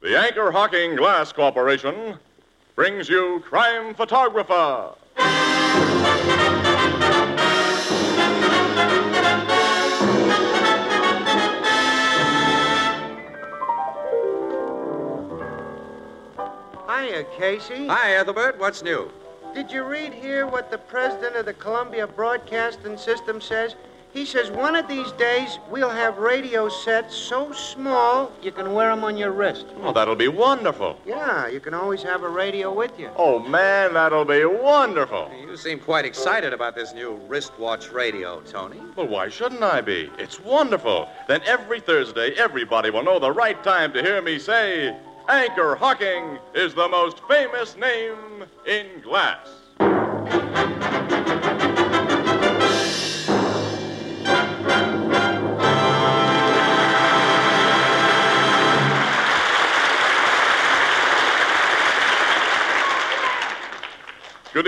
The Anchor Hocking Glass Corporation brings you Crime Photographer. Hiya, Casey. Hi, Ethelbert. What's new? Did you read here what the president of the Columbia Broadcasting System says? He says one of these days we'll have radio sets so small you can wear them on your wrist. Oh, that'll be wonderful. Yeah, you can always have a radio with you. Oh, man, that'll be wonderful. You seem quite excited about this new wristwatch radio, Tony. Well, why shouldn't I be? It's wonderful. Then every Thursday, everybody will know the right time to hear me say, Anchor Hocking is the most famous name in glass. Good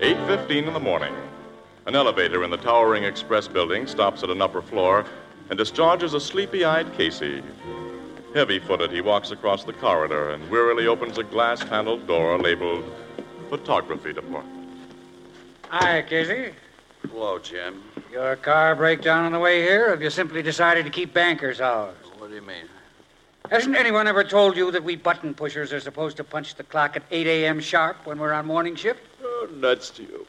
Eight fifteen in the morning. An elevator in the towering express building stops at an upper floor and discharges a sleepy-eyed Casey. Heavy-footed, he walks across the corridor and wearily opens a glass-paneled door labeled "Photography Department." Hi, Casey. Hello, Jim. Your car breakdown on the way here? Or have you simply decided to keep banker's hours? What do you mean? Hasn't anyone ever told you that we button pushers are supposed to punch the clock at 8 a.m. sharp when we're on morning shift? Oh, nuts to you.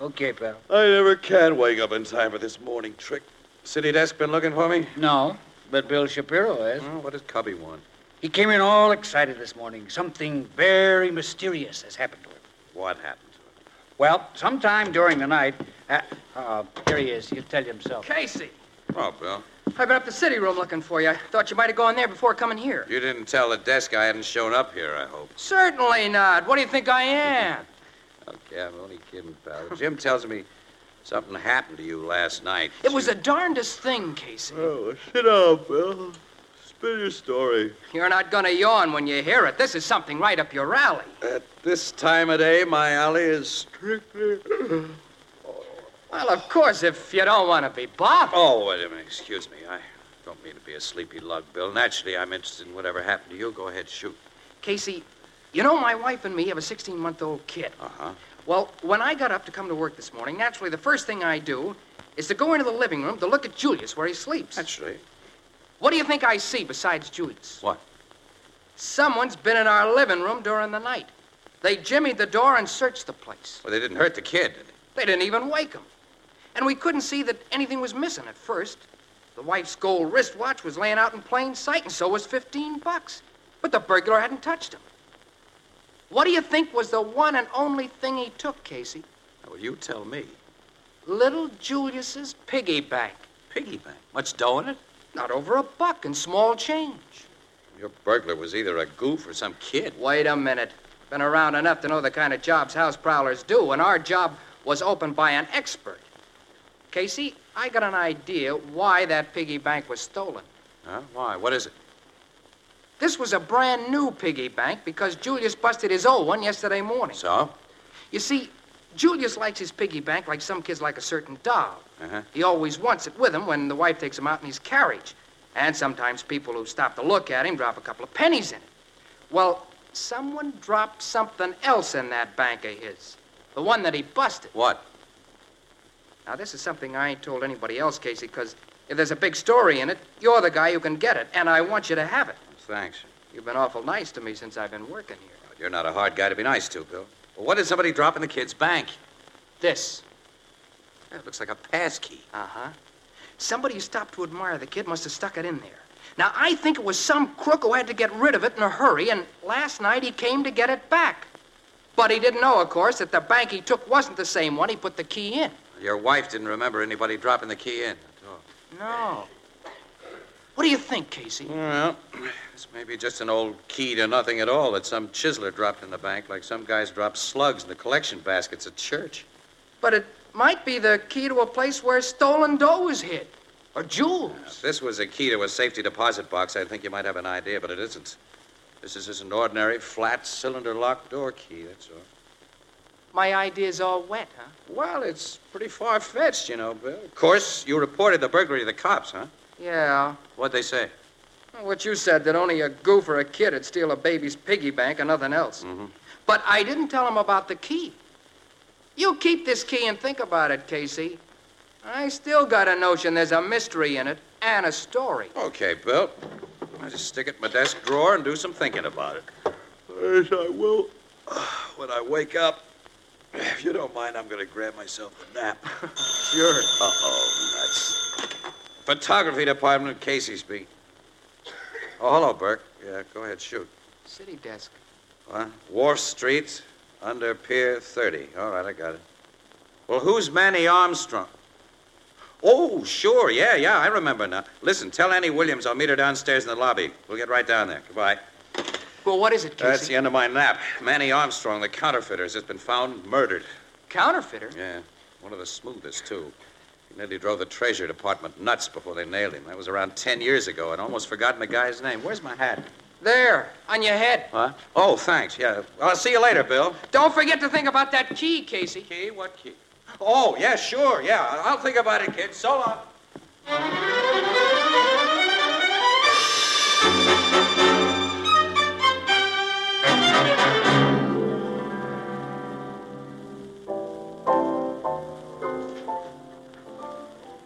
Okay, pal. I never can wake up in time for this morning trick. City desk been looking for me? No, but Bill Shapiro is. Well, what does Cubby want? He came in all excited this morning. Something very mysterious has happened to him. What happened to Well, sometime during the night. Uh, oh, here he is. He'll tell you himself. Casey, him? Oh, Bill. I've been up the city room looking for you. I thought you might have gone there before coming here. You didn't tell the desk I hadn't shown up here, I hope. Certainly not. What do you think I am? Okay, I'm only kidding, pal. Jim tells me something happened to you last night. It was the darndest thing, Casey. Oh, sit down, Bill. Spin your story. You're not gonna yawn when you hear it. This is something right up your alley. At this time of day, my alley is strictly. Well, of course, if you don't want to be bothered. Oh, wait a minute. Excuse me. I don't mean to be a sleepy lug, Bill. Naturally, I'm interested in whatever happened to you. Go ahead, shoot. Casey, you know my wife and me have a 16-month-old kid. Uh huh. Well, when I got up to come to work this morning, naturally the first thing I do is to go into the living room to look at Julius where he sleeps. Naturally. What do you think I see besides Julius? What? Someone's been in our living room during the night. They jimmied the door and searched the place. Well, they didn't hurt the kid, did they? They didn't even wake him. And we couldn't see that anything was missing at first. The wife's gold wristwatch was laying out in plain sight, and so was 15 bucks. But the burglar hadn't touched him. What do you think was the one and only thing he took, Casey? Well, you tell me. Little Julius's piggy bank. Piggy bank. Much dough in it? Not over a buck in small change. Your burglar was either a goof or some kid. Wait a minute. Been around enough to know the kind of jobs house prowlers do, and our job was opened by an expert. Casey, I got an idea why that piggy bank was stolen. Huh? Why? What is it? This was a brand new piggy bank because Julius busted his old one yesterday morning. So? You see, Julius likes his piggy bank like some kids like a certain doll. Uh-huh. He always wants it with him when the wife takes him out in his carriage. And sometimes people who stop to look at him drop a couple of pennies in it. Well, someone dropped something else in that bank of his. The one that he busted. What? Now, this is something I ain't told anybody else, Casey, because if there's a big story in it, you're the guy who can get it, and I want you to have it. Thanks. You've been awful nice to me since I've been working here. You're not a hard guy to be nice to, Bill. Well, what did somebody drop in the kid's bank? This. That looks like a passkey. Uh huh. Somebody who stopped to admire the kid must have stuck it in there. Now, I think it was some crook who had to get rid of it in a hurry, and last night he came to get it back. But he didn't know, of course, that the bank he took wasn't the same one he put the key in. Your wife didn't remember anybody dropping the key in. No. What do you think, Casey? Well, This may be just an old key to nothing at all that some chiseler dropped in the bank, like some guys drop slugs in the collection baskets at church. But it might be the key to a place where stolen dough is hid, or If jewels. this was a key to a safety deposit box, I think you might have an idea, but it isn't. This is just an ordinary flat cylinder locked door key, that's all. My idea's all wet, huh? Well, it's pretty far fetched, you know, Bill. Of course, you reported the burglary to the cops, huh? Yeah. What'd they say? What you said that only a goof or a kid would steal a baby's piggy bank and nothing else. But I didn't tell him about the key. You keep this key and think about it, Casey. I still got a notion there's a mystery in it and a story. Okay, Bill. I'll just stick it in my desk drawer and do some thinking about it. yes, I will. When I wake up, if you don't mind, I'm going to grab myself a nap. Sure. Uh-oh, nuts. Photography department at Casey's beat. Oh, hello, Burke. Yeah, go ahead, shoot. City desk. What? Wharf Street, under Pier 30. All right, I got it. Well, who's Manny Armstrong? Oh, sure, yeah, yeah, I remember now. Listen, tell Annie Williams I'll meet her downstairs in the lobby. We'll get right down there. Goodbye. Well, what is it, Casey? That's the end of my nap. Manny Armstrong, the counterfeiter, has just been found murdered. Counterfeiter? Yeah, one of the smoothest, too. He nearly drove the Treasury Department nuts before they nailed him. That was around 10 years ago. I'd almost forgotten the guy's name. Where's my hat? There, on your head. Huh? Oh, thanks, yeah. I'll see you later, Bill. Don't forget to think about that key, Casey. Key? What key? Oh, yeah, sure, yeah. I- I'll think about it, kid. So long.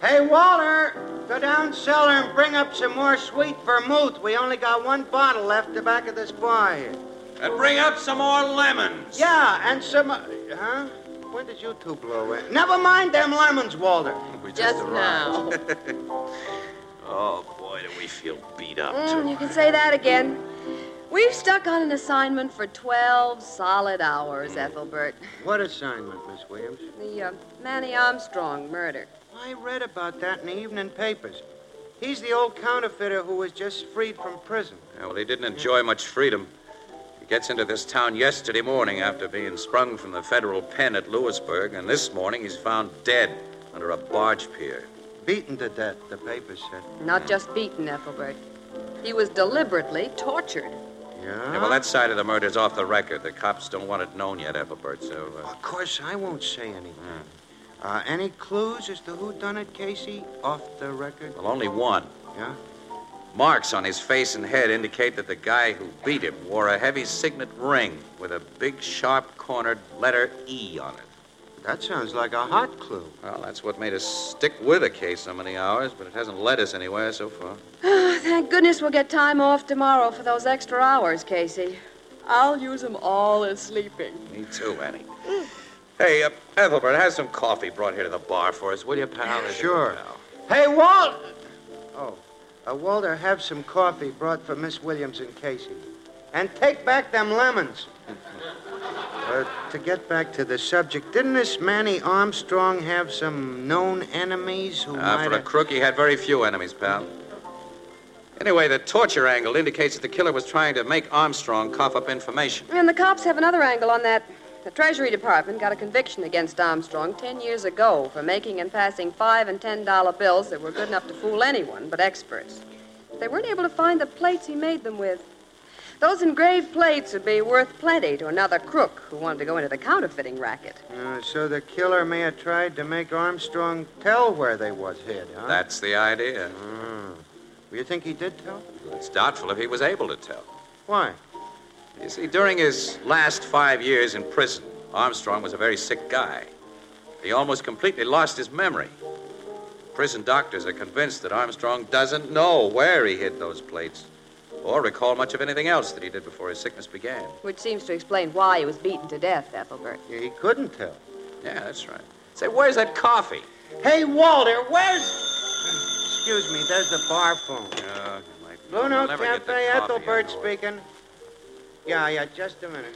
Hey, Walter, go down cellar and bring up some more sweet vermouth. We only got one bottle left the back of this bar here. And bring up some more lemons. Yeah, and some. uh, Huh? When did you two blow in? Never mind them lemons, Walter. We just, Just arrived. now. Oh, boy, do we feel beat up, Mm, you can say that again. We've stuck on an assignment for 12 solid hours, Ethelbert. What assignment, Miss Williams? The uh, Manny Armstrong murder. I read about that in the evening papers. He's the old counterfeiter who was just freed from prison. Yeah, well, he didn't enjoy much freedom. He gets into this town yesterday morning after being sprung from the federal pen at Lewisburg, and this morning he's found dead under a barge pier. Beaten to death, the papers said. Not just beaten, Ethelbert. He was deliberately tortured. Yeah? Yeah, well, that side of the murder's off the record. The cops don't want it known yet, Ethelbert, so. Uh, Of course, I won't say anything. Uh, any clues as to who done it, Casey? Off the record? well, only one. Yeah? Marks on his face and head indicate that the guy who beat him wore a heavy signet ring with a big, sharp cornered letter E on it. That sounds like a hot clue. Well, that's what made us stick with the case so many hours, but it hasn't led us anywhere so far. Oh, thank goodness we'll get time off tomorrow for those extra hours, Casey. I'll use them all as sleeping. Me too, Annie. Hey, uh, Ethelbert, have some coffee brought here to the bar for us, will you, pal? Sure. Hey, Walt! Oh, uh, Walter, have some coffee brought for Miss Williams and Casey. And take back them lemons. uh, to get back to the subject, didn't this Manny Armstrong have some known enemies who Uh, might for a have... crook, he had very few enemies, pal. Anyway, the torture angle indicates that the killer was trying to make Armstrong cough up information. And the cops have another angle on that. The Treasury Department got a conviction against Armstrong ten years ago for making and passing five and ten dollar bills that were good enough to fool anyone but experts. They weren't able to find the plates he made them with. Those engraved plates would be worth plenty to another crook who wanted to go into the counterfeiting racket. Uh, so the killer may have tried to make Armstrong tell where they was hid, huh? That's the idea. You think he did tell? It's doubtful if he was able to tell. Why? You see, during his last five years in prison, Armstrong was a very sick guy. He almost completely lost his memory. Prison doctors are convinced that Armstrong doesn't know where he hid those plates or recall much of anything else that he did before his sickness began. Which seems to explain why he was beaten to death, Ethelbert. He couldn't tell. Yeah, that's right. Say, where's that coffee? Hey, Walter, where's... Excuse me, there's the bar phone. Uh, like, Blue we'll Note never get the Cafe, coffee Ethelbert out of order. speaking. Yeah, yeah, just a minute.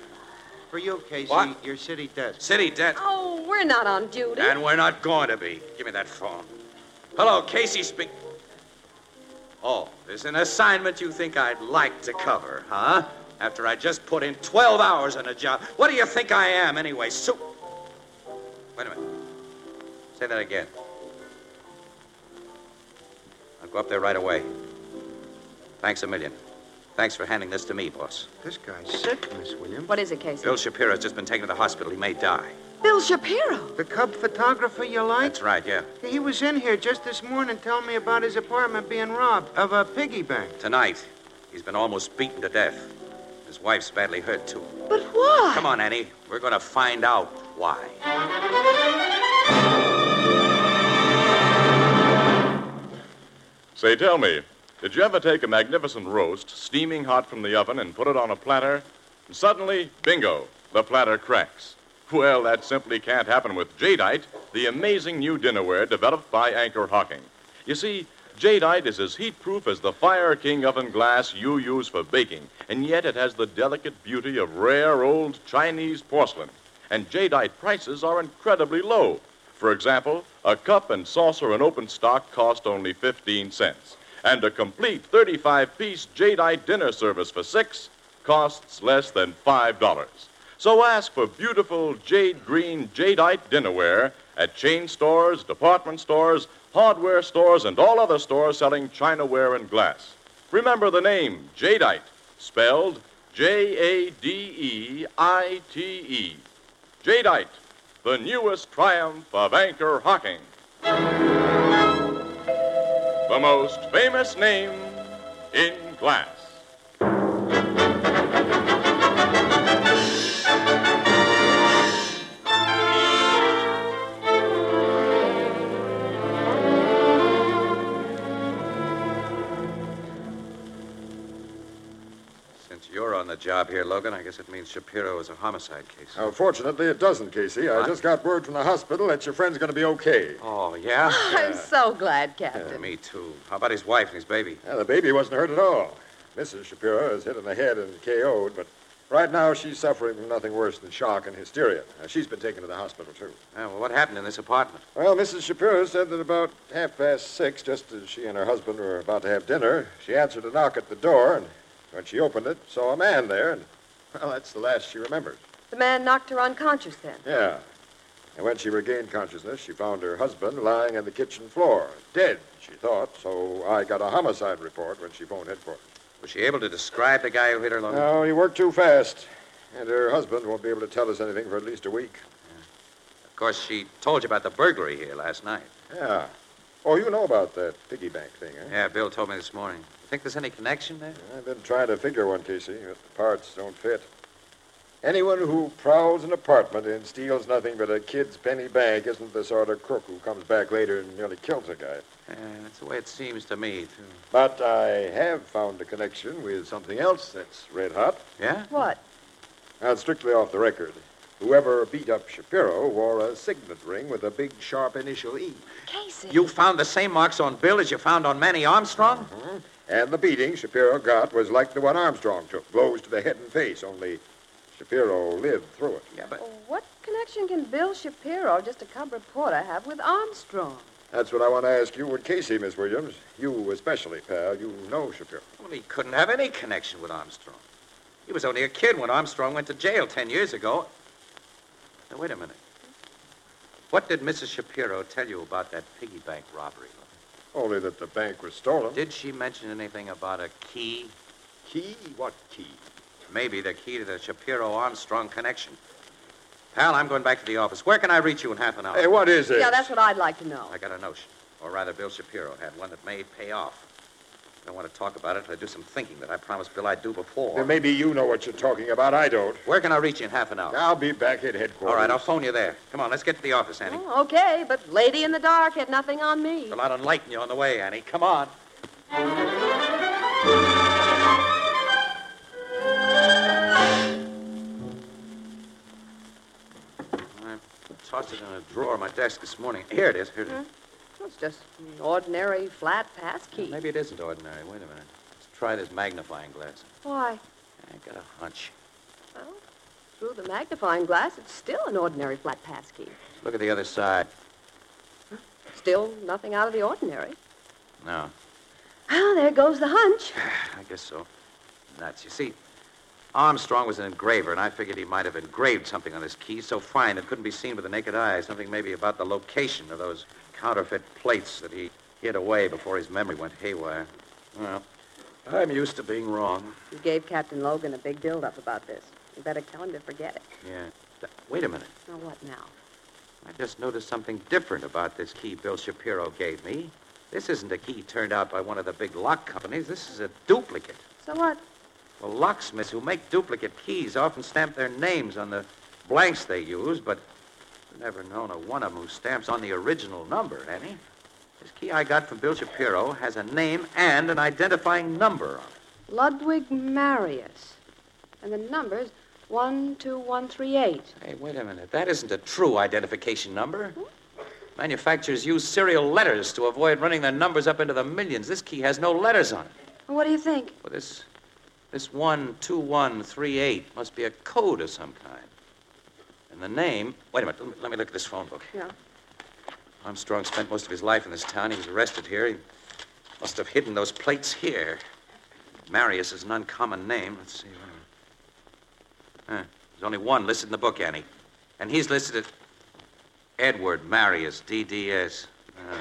For you, Casey, What? your city desk. City debt. Oh, we're not on duty. And we're not going to be. Give me that phone. Hello, Casey speak. Oh, there's an assignment you think I'd like to cover, huh? After I just put in 12 hours on a job. What do you think I am, anyway? Soup. Wait a minute. Say that again. I'll go up there right away. Thanks a million. Thanks for handing this to me, boss. This guy's sick, Miss Williams. What is it, Casey? Bill Shapiro's just been taken to the hospital. He may die. Bill Shapiro. The cub photographer you like? That's right, yeah. He was in here just this morning telling me about his apartment being robbed of a piggy bank. Tonight, he's been almost beaten to death. His wife's badly hurt, too. But why? Come on, Annie. We're going to find out why. Say, tell me, did you ever take a magnificent roast, steaming hot from the oven, and put it on a platter? And suddenly, bingo, the platter cracks. Well, that simply can't happen with jadeite, the amazing new dinnerware developed by Anchor Hocking. You see, jadeite is as heat proof as the Fire King oven glass you use for baking, and yet it has the delicate beauty of rare old Chinese porcelain. And jadeite prices are incredibly low. For example, a cup and saucer in open stock cost only 15 cents. And a complete 35 piece jadeite dinner service for six costs less than $5. So ask for beautiful jade green jadeite dinnerware at chain stores, department stores, hardware stores, and all other stores selling chinaware and glass. Remember the name jadeite, spelled J A D E I T E. Jadeite, the newest triumph of anchor hocking. The most famous name in glass. Since you're on the job here, Logan, I guess it means Shapiro is a homicide case. Now, fortunately, it doesn't, Casey. I just got word from the hospital that your friend's going to be okay. Oh, yeah? I'm so glad, Yeah, Captain. me too. How about his wife and his baby? Yeah, the baby wasn't hurt at all. Mrs. Shapiro is hit in the head and KO'd, but right now she's suffering from nothing worse than shock and hysteria. Now, she's been taken to the hospital, too. Yeah, well, what happened in this apartment? Well, Mrs. Shapiro said that about half past six, just as she and her husband were about to have dinner, she answered a knock at the door, and when she opened it, saw a man there, and, well, that's the last she remembers. The man knocked her unconscious then. Yeah. And when she regained consciousness, she found her husband lying on the kitchen floor, dead, she thought, so I got a homicide report when she phoned headquarters. Was she able to describe the guy who hit her, Logan? No, you work too fast. And her husband won't be able to tell us anything for at least a week. Of course, she told you about the burglary here last night. Yeah. Oh, you know about that piggy bank thing, eh? Yeah, Bill told me this morning. You think there's any connection there? I've been trying to figure one, Casey, but the parts don't fit. Anyone who prowls an apartment and steals nothing but a kid's penny bank isn't the sort of crook who comes back later and nearly kills a guy. Yeah, that's the way it seems to me, too. But I have found a connection with something else that's red hot. Yeah? What? Now, it's strictly off the record. Whoever beat up Shapiro wore a signet ring with a big, sharp initial E. Casey. You found the same marks on Bill as you found on Manny Armstrong? And the beating Shapiro got was like the one Armstrong took blows to the head and face, only Shapiro lived through it. Yeah, but What connection can Bill Shapiro, just a cub reporter, have with Armstrong? That's what I want to ask you and Casey, Miss Williams. You especially, pal. You know Shapiro. well, he couldn't have any connection with Armstrong. He was only a kid when Armstrong went to jail ten years ago. Now, wait a minute. What did Mrs. Shapiro tell you about that piggy bank robbery? Only that the bank was stolen. Did she mention anything about a key? Key? What key? Maybe the key to the Shapiro Armstrong connection. Pal, I'm going back to the office. Where can I reach you in half an hour? Hey, what is it? Yeah, that's what I'd like to know. I got a notion. Or rather, Bill Shapiro had one that may pay off. I don't want to talk about it. I do some thinking that I promised Bill I'd do before. Well, maybe you know what you're talking about. I don't. Where can I reach you in half an hour? I'll be back at headquarters. All right, I'll phone you there. Come on, let's get to the office, Annie. Oh, okay, but Lady in the Dark had nothing on me. Well, I'll enlighten you on the way, Annie. Come on. I tossed it in a drawer of my desk this morning. Here it is. Here it is. It's just an ordinary flat passkey. Maybe it isn't ordinary. Wait a minute. Let's try this magnifying glass. Why? I got a hunch. Well, through the magnifying glass, it's still an ordinary flat passkey. Let's look at the other side. Still nothing out of the ordinary. No. Oh, there goes the hunch. I guess so. Nuts. You see, Armstrong was an engraver, and I figured he might have engraved something on this key so fine it couldn't be seen with the naked eye. Something maybe about the location of those counterfeit plates that he hid away before his memory went haywire. Well, I'm used to being wrong. You gave Captain Logan a big build-up about this. You better tell him to forget it. Yeah. Th- Wait a minute. Now what now? I just noticed something different about this key Bill Shapiro gave me. This isn't a key turned out by one of the big lock companies. This is a duplicate. So what? Well, locksmiths who make duplicate keys often stamp their names on the blanks they use, but I've never known a one of them who stamps on the original number, any. This key I got from Bill Shapiro has a name and an identifying number on it. Ludwig Marius. And the number's 12138. Hey, wait a minute. That isn't a true identification number. Manufacturers use serial letters to avoid running their numbers up into the millions. This key has no letters on it. What do you think? Well, this, this one two one three eight must be a code of some kind. And the name. Wait a minute. Let me, let me look at this phone book. Yeah. Armstrong spent most of his life in this town. He was arrested here. He must have hidden those plates here. Marius is an uncommon name. Let's see. wait a minute. Huh. There's only one listed in the book, Annie, and he's listed at Edward Marius, DDS. Uh,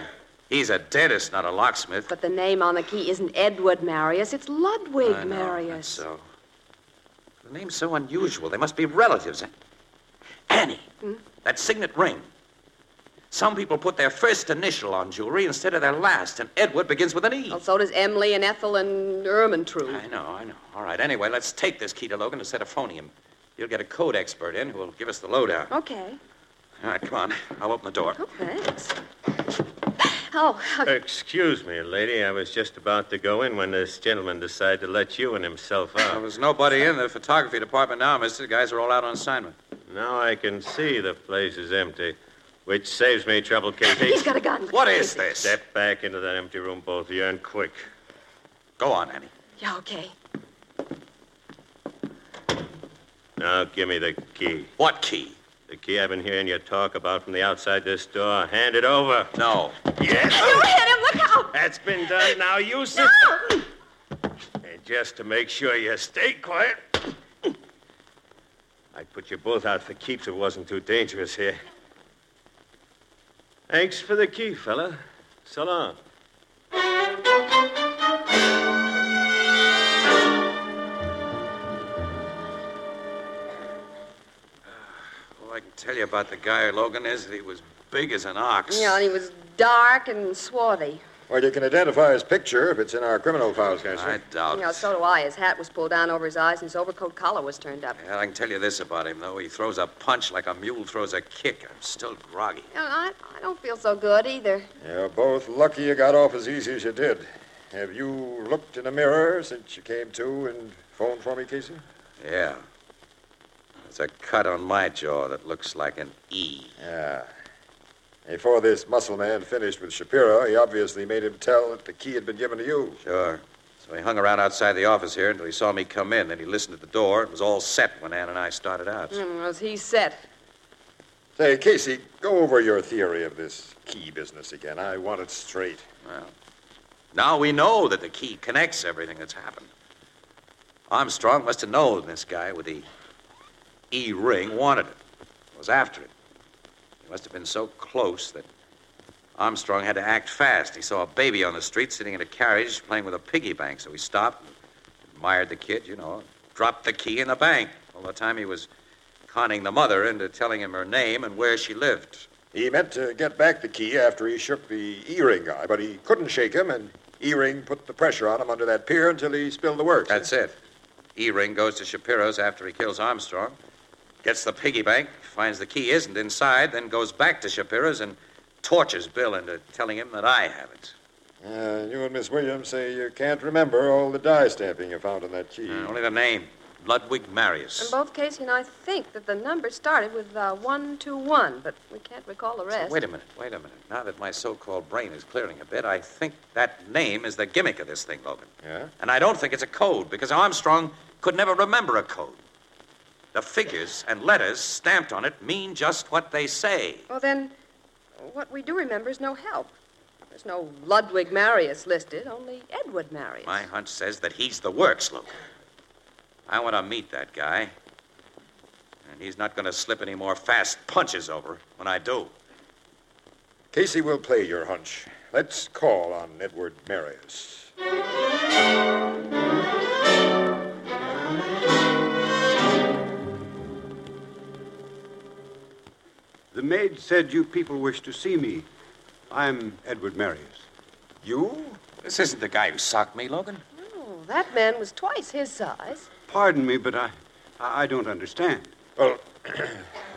he's a dentist, not a locksmith. But the name on the key isn't Edward Marius, it's Ludwig I know, that's uh, Marius. So. The name's so unusual. They must be relatives. eh? Annie, that signet ring. Some people put their first initial on jewelry instead of their last, and Edward begins with an E. Well, so does Emily and Ethel and Ermentrude. I know, I know. All right, anyway, let's take this key to Logan instead of phoning him. You'll get a code expert in who'll give us the lowdown. Okay. All right, come on. I'll open the door. Oh, thanks. Oh, Excuse me, lady. I was just about to go in when this gentleman decided to let you and himself Well, out. there's nobody in the photography department now, mister. The guys are all out on assignment. Now I can see the place is empty, which saves me trouble, Casey. he's got a gun. What is this? Step back into that empty room, both of you, and quick. Go on, Annie. Yeah, okay. Now give me the key. What key? The key I've been hearing you talk about from the outside this door. Hand it over. No. Yes. You hit him! Look out! That's been done. Now you sit. And just to make sure you stay quiet, I'd put you both out for keeps if it wasn't too dangerous here. Thanks for the key, fella. So long. All I can tell you about the guy Logan is that he was big as an ox. Yeah, and he was dark and swarthy. Well, you can identify his picture if it's in our criminal files, Cassidy. I doubt You know, it. so do I. His hat was pulled down over his eyes and his overcoat collar was turned up. Yeah, I can tell you this about him, though. He throws a punch like a mule throws a kick. I'm still groggy. You know, I, I don't feel so good either. You're both lucky you got off as easy as you did. Have you looked in the mirror since you came to and phoned for me, Casey? Yeah. There's a cut on my jaw that looks like an E. Yeah. Before this muscle man finished with Shapiro, he obviously made him tell that the key had been given to you. Sure. So he hung around outside the office here until he saw me come in. Then he listened at the door. It was all set when Ann and I started out. Mm, was he set? Say, Casey, go over your theory of this key business again. I want it straight. Well, now we know that the key connects everything that's happened. Armstrong must have known this guy with the E ring wanted it, was after it. He must have been so close that Armstrong had to act fast. He saw a baby on the street sitting in a carriage playing with a piggy bank, so he stopped and admired the kid, you know, dropped the key in the bank. All the time he was conning the mother into telling him her name and where she lived. He meant to get back the key after he shook the E-ring guy, but he couldn't shake him, and E-ring put the pressure on him under that pier until he spilled the works. That's it. E ring goes to Shapiro's after he kills Armstrong, gets the piggy bank, finds the key isn't inside, then goes back to Shapiro's and tortures Bill into telling him that I have it. Uh, you and Miss Williams say you can't remember all the die stamping you found on that key. Uh, only the name Ludwig In Marius. both Casey and I think that the number started with uh, 121, but we can't recall the rest. Wait a minute, wait a minute. Now that my so called brain is clearing a bit, I think that name is the gimmick of this thing, Logan. Yeah? And I don't think it's a code, because Armstrong could never remember a code. The figures and letters stamped on it mean just what they say. Well, then, what we do remember is no help. There's no Ludwig Marius listed, only Edward Marius. My hunch says that he's the works, Luke. I want to meet that guy. And he's not going to slip any more fast punches over when I do. Casey will play your hunch. Let's call on Edward Marius. The maid said you people wish to see me. I'm Edward Marius. You? This isn't the guy who socked me, Logan. Oh, that man was twice his size. Pardon me, but I, I I don't understand. Well, uh,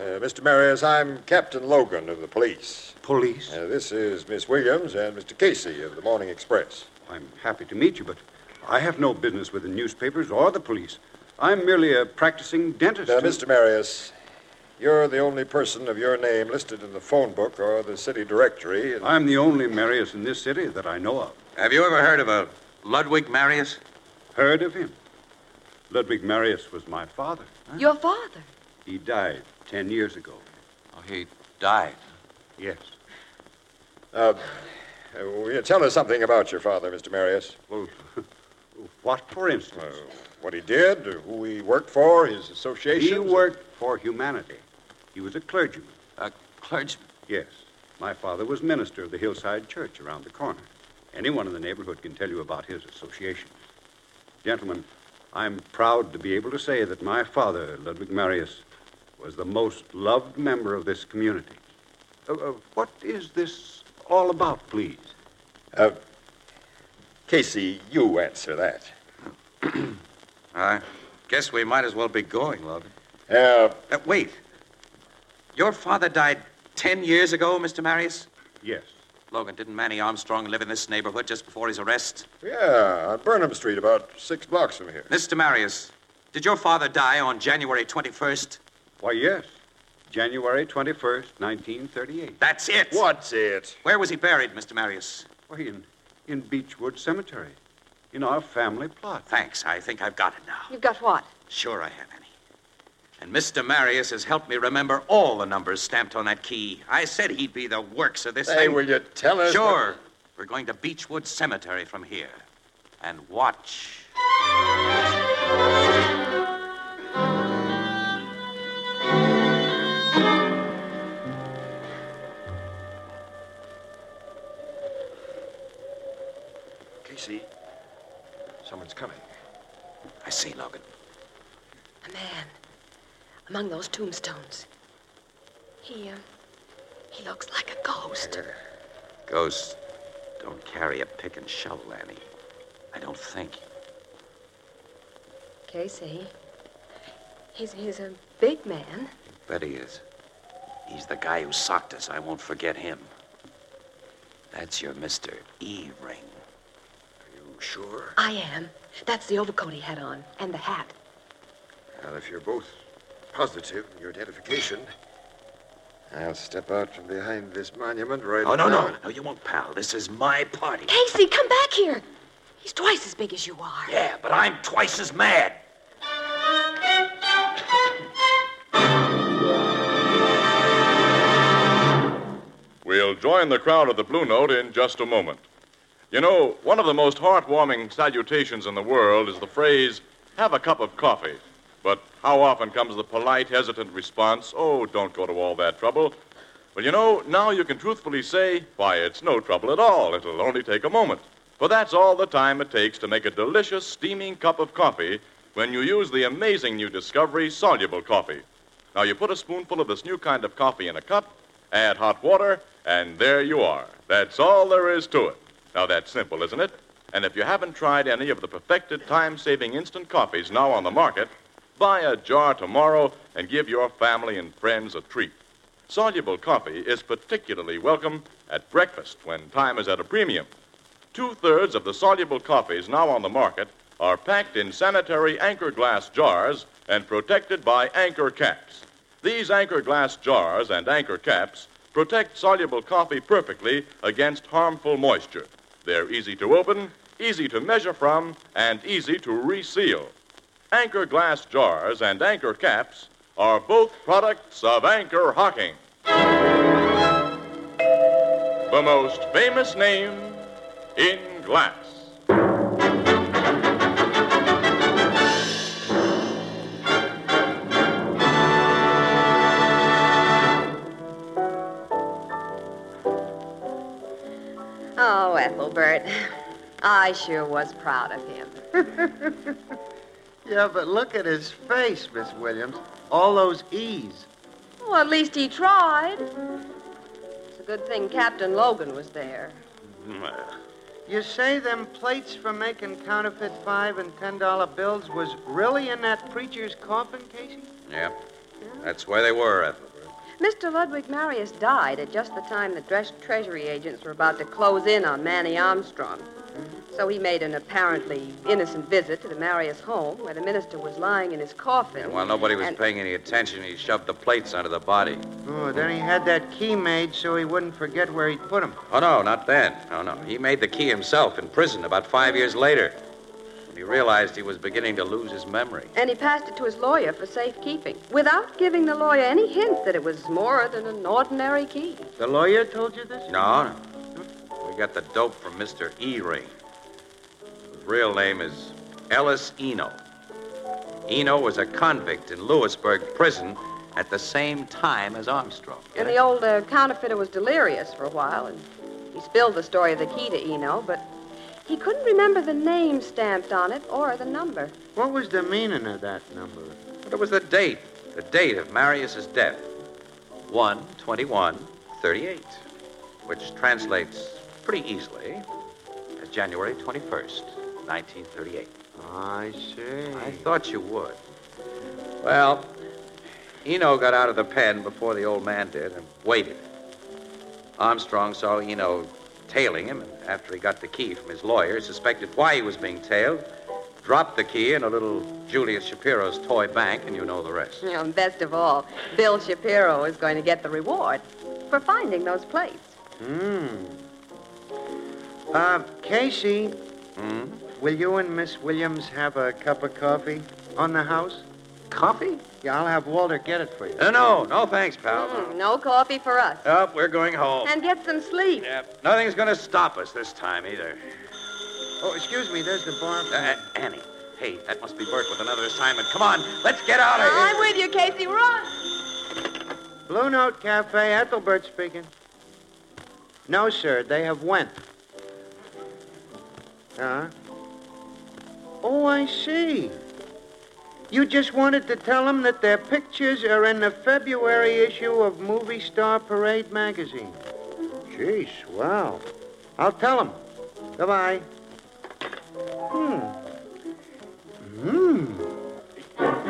Mr. Marius, I'm Captain Logan of the police. Police? Uh, this is Miss Williams and Mr. Casey of the Morning Express. I'm happy to meet you, but I have no business with the newspapers or the police. I'm merely a practicing dentist. Now, and- Mr. Marius, you're the only person of your name listed in the phone book or the city directory. and- I'm the only Marius in this city that I know of. Have you ever heard of a Ludwig Marius? Heard of him? Ludwig Marius was my father. Your father. He died ten years ago. Oh, he died. Yes. Uh, uh, will you tell us something about your father, Mr. Marius? Well, what, for instance? Uh, What he did, uh, who he worked for, his associations? He worked for humanity. He was a clergyman. A clergyman? Yes. My father was minister of the Hillside Church around the corner. Anyone in the neighborhood can tell you about his associations. Gentlemen, I'm proud to be able to say that my father, Ludwig Marius, was the most loved member of this community. Uh, uh, what is this all about, please? Uh, Casey, you answer that. I guess we might as well be going, Logan. Uh, Uh, wait. Your father died ten years ago, Mr. Marius? Yes. Logan, didn't Manny Armstrong live in this neighborhood just before his arrest? yeah, on Burnham Street, about six blocks from here. Mr. Marius, did your father die on January 21st? Why, yes. January 21st, 1938. That's it. What's it? Where was he buried, Mr. Marius? Why, in, in Beechwood Cemetery, in our family plot. Thanks. I think I've got it now. You've got what? Sure, I have, Annie. And Mr. Marius has helped me remember all the numbers stamped on that key. I said he'd be the works of this Say, thing. will you tell us? Sure. We're going to Beechwood Cemetery from here. And watch. Casey, someone's coming. I see, Logan. A man. Among those tombstones. He, uh, he looks like a ghost. Ghosts don't carry a pick and shovel, Annie. I don't think. Casey. He's, he's a big man. Bet he is. He's the guy who socked us. I won't forget him. That's your Mr. E ring. Are you sure? I am. That's the overcoat he had on, and the hat. Well, if you're both positive in your identification, I'll step out from behind this monument right Oh, no, no. now. No, you won't, pal. This is my party. Casey, come back here. He's twice as big as you are. Yeah, but I'm twice as mad. We'll join the crowd at the Blue Note in just a moment. You know, one of the most heartwarming salutations in the world is the phrase, have a cup of coffee. But how often comes the polite, hesitant response, oh, don't go to all that trouble? Well, you know, now you can truthfully say, why, it's no trouble at all. It'll only take a moment. For that's all the time it takes to make a delicious, steaming cup of coffee when you use the amazing new discovery, soluble coffee. Now, you put a spoonful of this new kind of coffee in a cup, add hot water, and there you are. That's all there is to it. Now, that's simple, isn't it? And if you haven't tried any of the perfected time saving instant coffees now on the market, buy a jar tomorrow and give your family and friends a treat. Soluble coffee is particularly welcome at breakfast when time is at a premium. Two thirds of the soluble coffees now on the market are packed in sanitary anchor glass jars and protected by anchor caps. These anchor glass jars and anchor caps protect soluble coffee perfectly against harmful moisture. They're easy to open, easy to measure from, and easy to reseal. Anchor glass jars and anchor caps are both products of anchor hocking. the most famous name in glass. Oh, Ethelbert, I sure was proud of him. Yeah, but look at his face, Miss Williams. All those E's. Well, at least he tried. It's a good thing Captain Logan was there. You say them plates for making counterfeit five and ten dollar bills was really in that preacher's coffin, Casey? Yep. That's where they were, Ethel. Mr. Ludwig Marius died at just the time the dres- Treasury agents were about to close in on Manny Armstrong. So he made an apparently innocent visit to the Marius home where the minister was lying in his coffin. And while nobody was and- paying any attention, he shoved the plates under the body. Oh, then he had that key made so he wouldn't forget where he'd put 'em. Oh, no, not then. No, no. He made the key himself in prison about five years later. When he realized he was beginning to lose his memory. And he passed it to his lawyer for safekeeping without giving the lawyer any hint that it was more than an ordinary key. The lawyer told you this? No, no. We got the dope from Mr. E. Ring. His real name is Ellis Eno. Eno was a convict in Lewisburg prison at the same time as Armstrong. And the old uh, counterfeiter was delirious for a while, and he spilled the story of the key to Eno, but he couldn't remember the name stamped on it or the number. What was the meaning of that number? But it was the date, the date of Marius's death. 12138, which translates pretty easily as January 21st, 1938. I see. I thought you would. Well, Eno got out of the pen before the old man did and waited. Armstrong saw Eno tailing him, and after he got the key from his lawyer, suspected why he was being tailed, dropped the key in a little Julius Shapiro's toy bank, and you know the rest. You know, and best of all, Bill Shapiro is going to get the reward for finding those plates. Hmm. Uh, Casey, Hmm? will you and Miss Williams have a cup of coffee on the house? Coffee? Yeah, I'll have Walter get it for you. No, Uh, no, no, thanks, pal. Mm, no coffee for us. Up, we're going home. And get some sleep. Yep. Nothing's going to stop us this time either. Oh, excuse me, there's the bar. Uh, Annie, hey, that must be Bert with another assignment. Come on, let's get out of here. I'm with you, Casey. Run. Blue Note Cafe, Ethelbert speaking. No, sir, they have went. Huh? Oh, I see. You just wanted to tell them that their pictures are in the February issue of Movie Star Parade magazine. Jeez, wow. I'll tell them. Goodbye. Hmm. Hmm.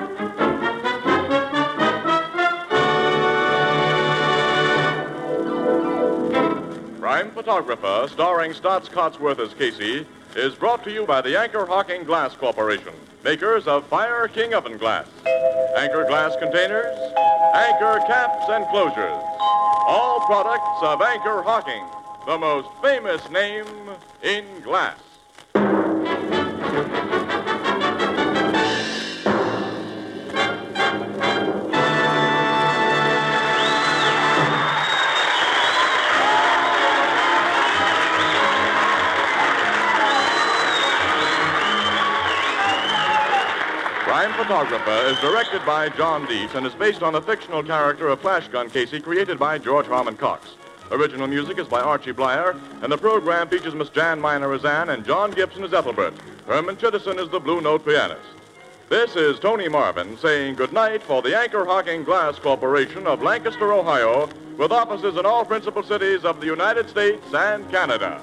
Crime Photographer, starring Stotts Cotsworth as Casey, is brought to you by the Anchor Hawking Glass Corporation, makers of Fire King Oven Glass, Anchor Glass Containers, Anchor Caps and Closures. All products of Anchor Hawking, the most famous name in glass. Crime Photographer is directed by John Deese and is based on the fictional character of Flash Gun Casey created by George Harmon Cox. Original music is by Archie Blyer, and the program features Miss Jan Minor as Anne and John Gibson as Ethelbert. Herman Chittison is the Blue Note pianist. This is Tony Marvin saying goodnight for the Anchor Hawking Glass Corporation of Lancaster, Ohio, with offices in all principal cities of the United States and Canada.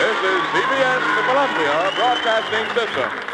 This is CBS, the Columbia Broadcasting System.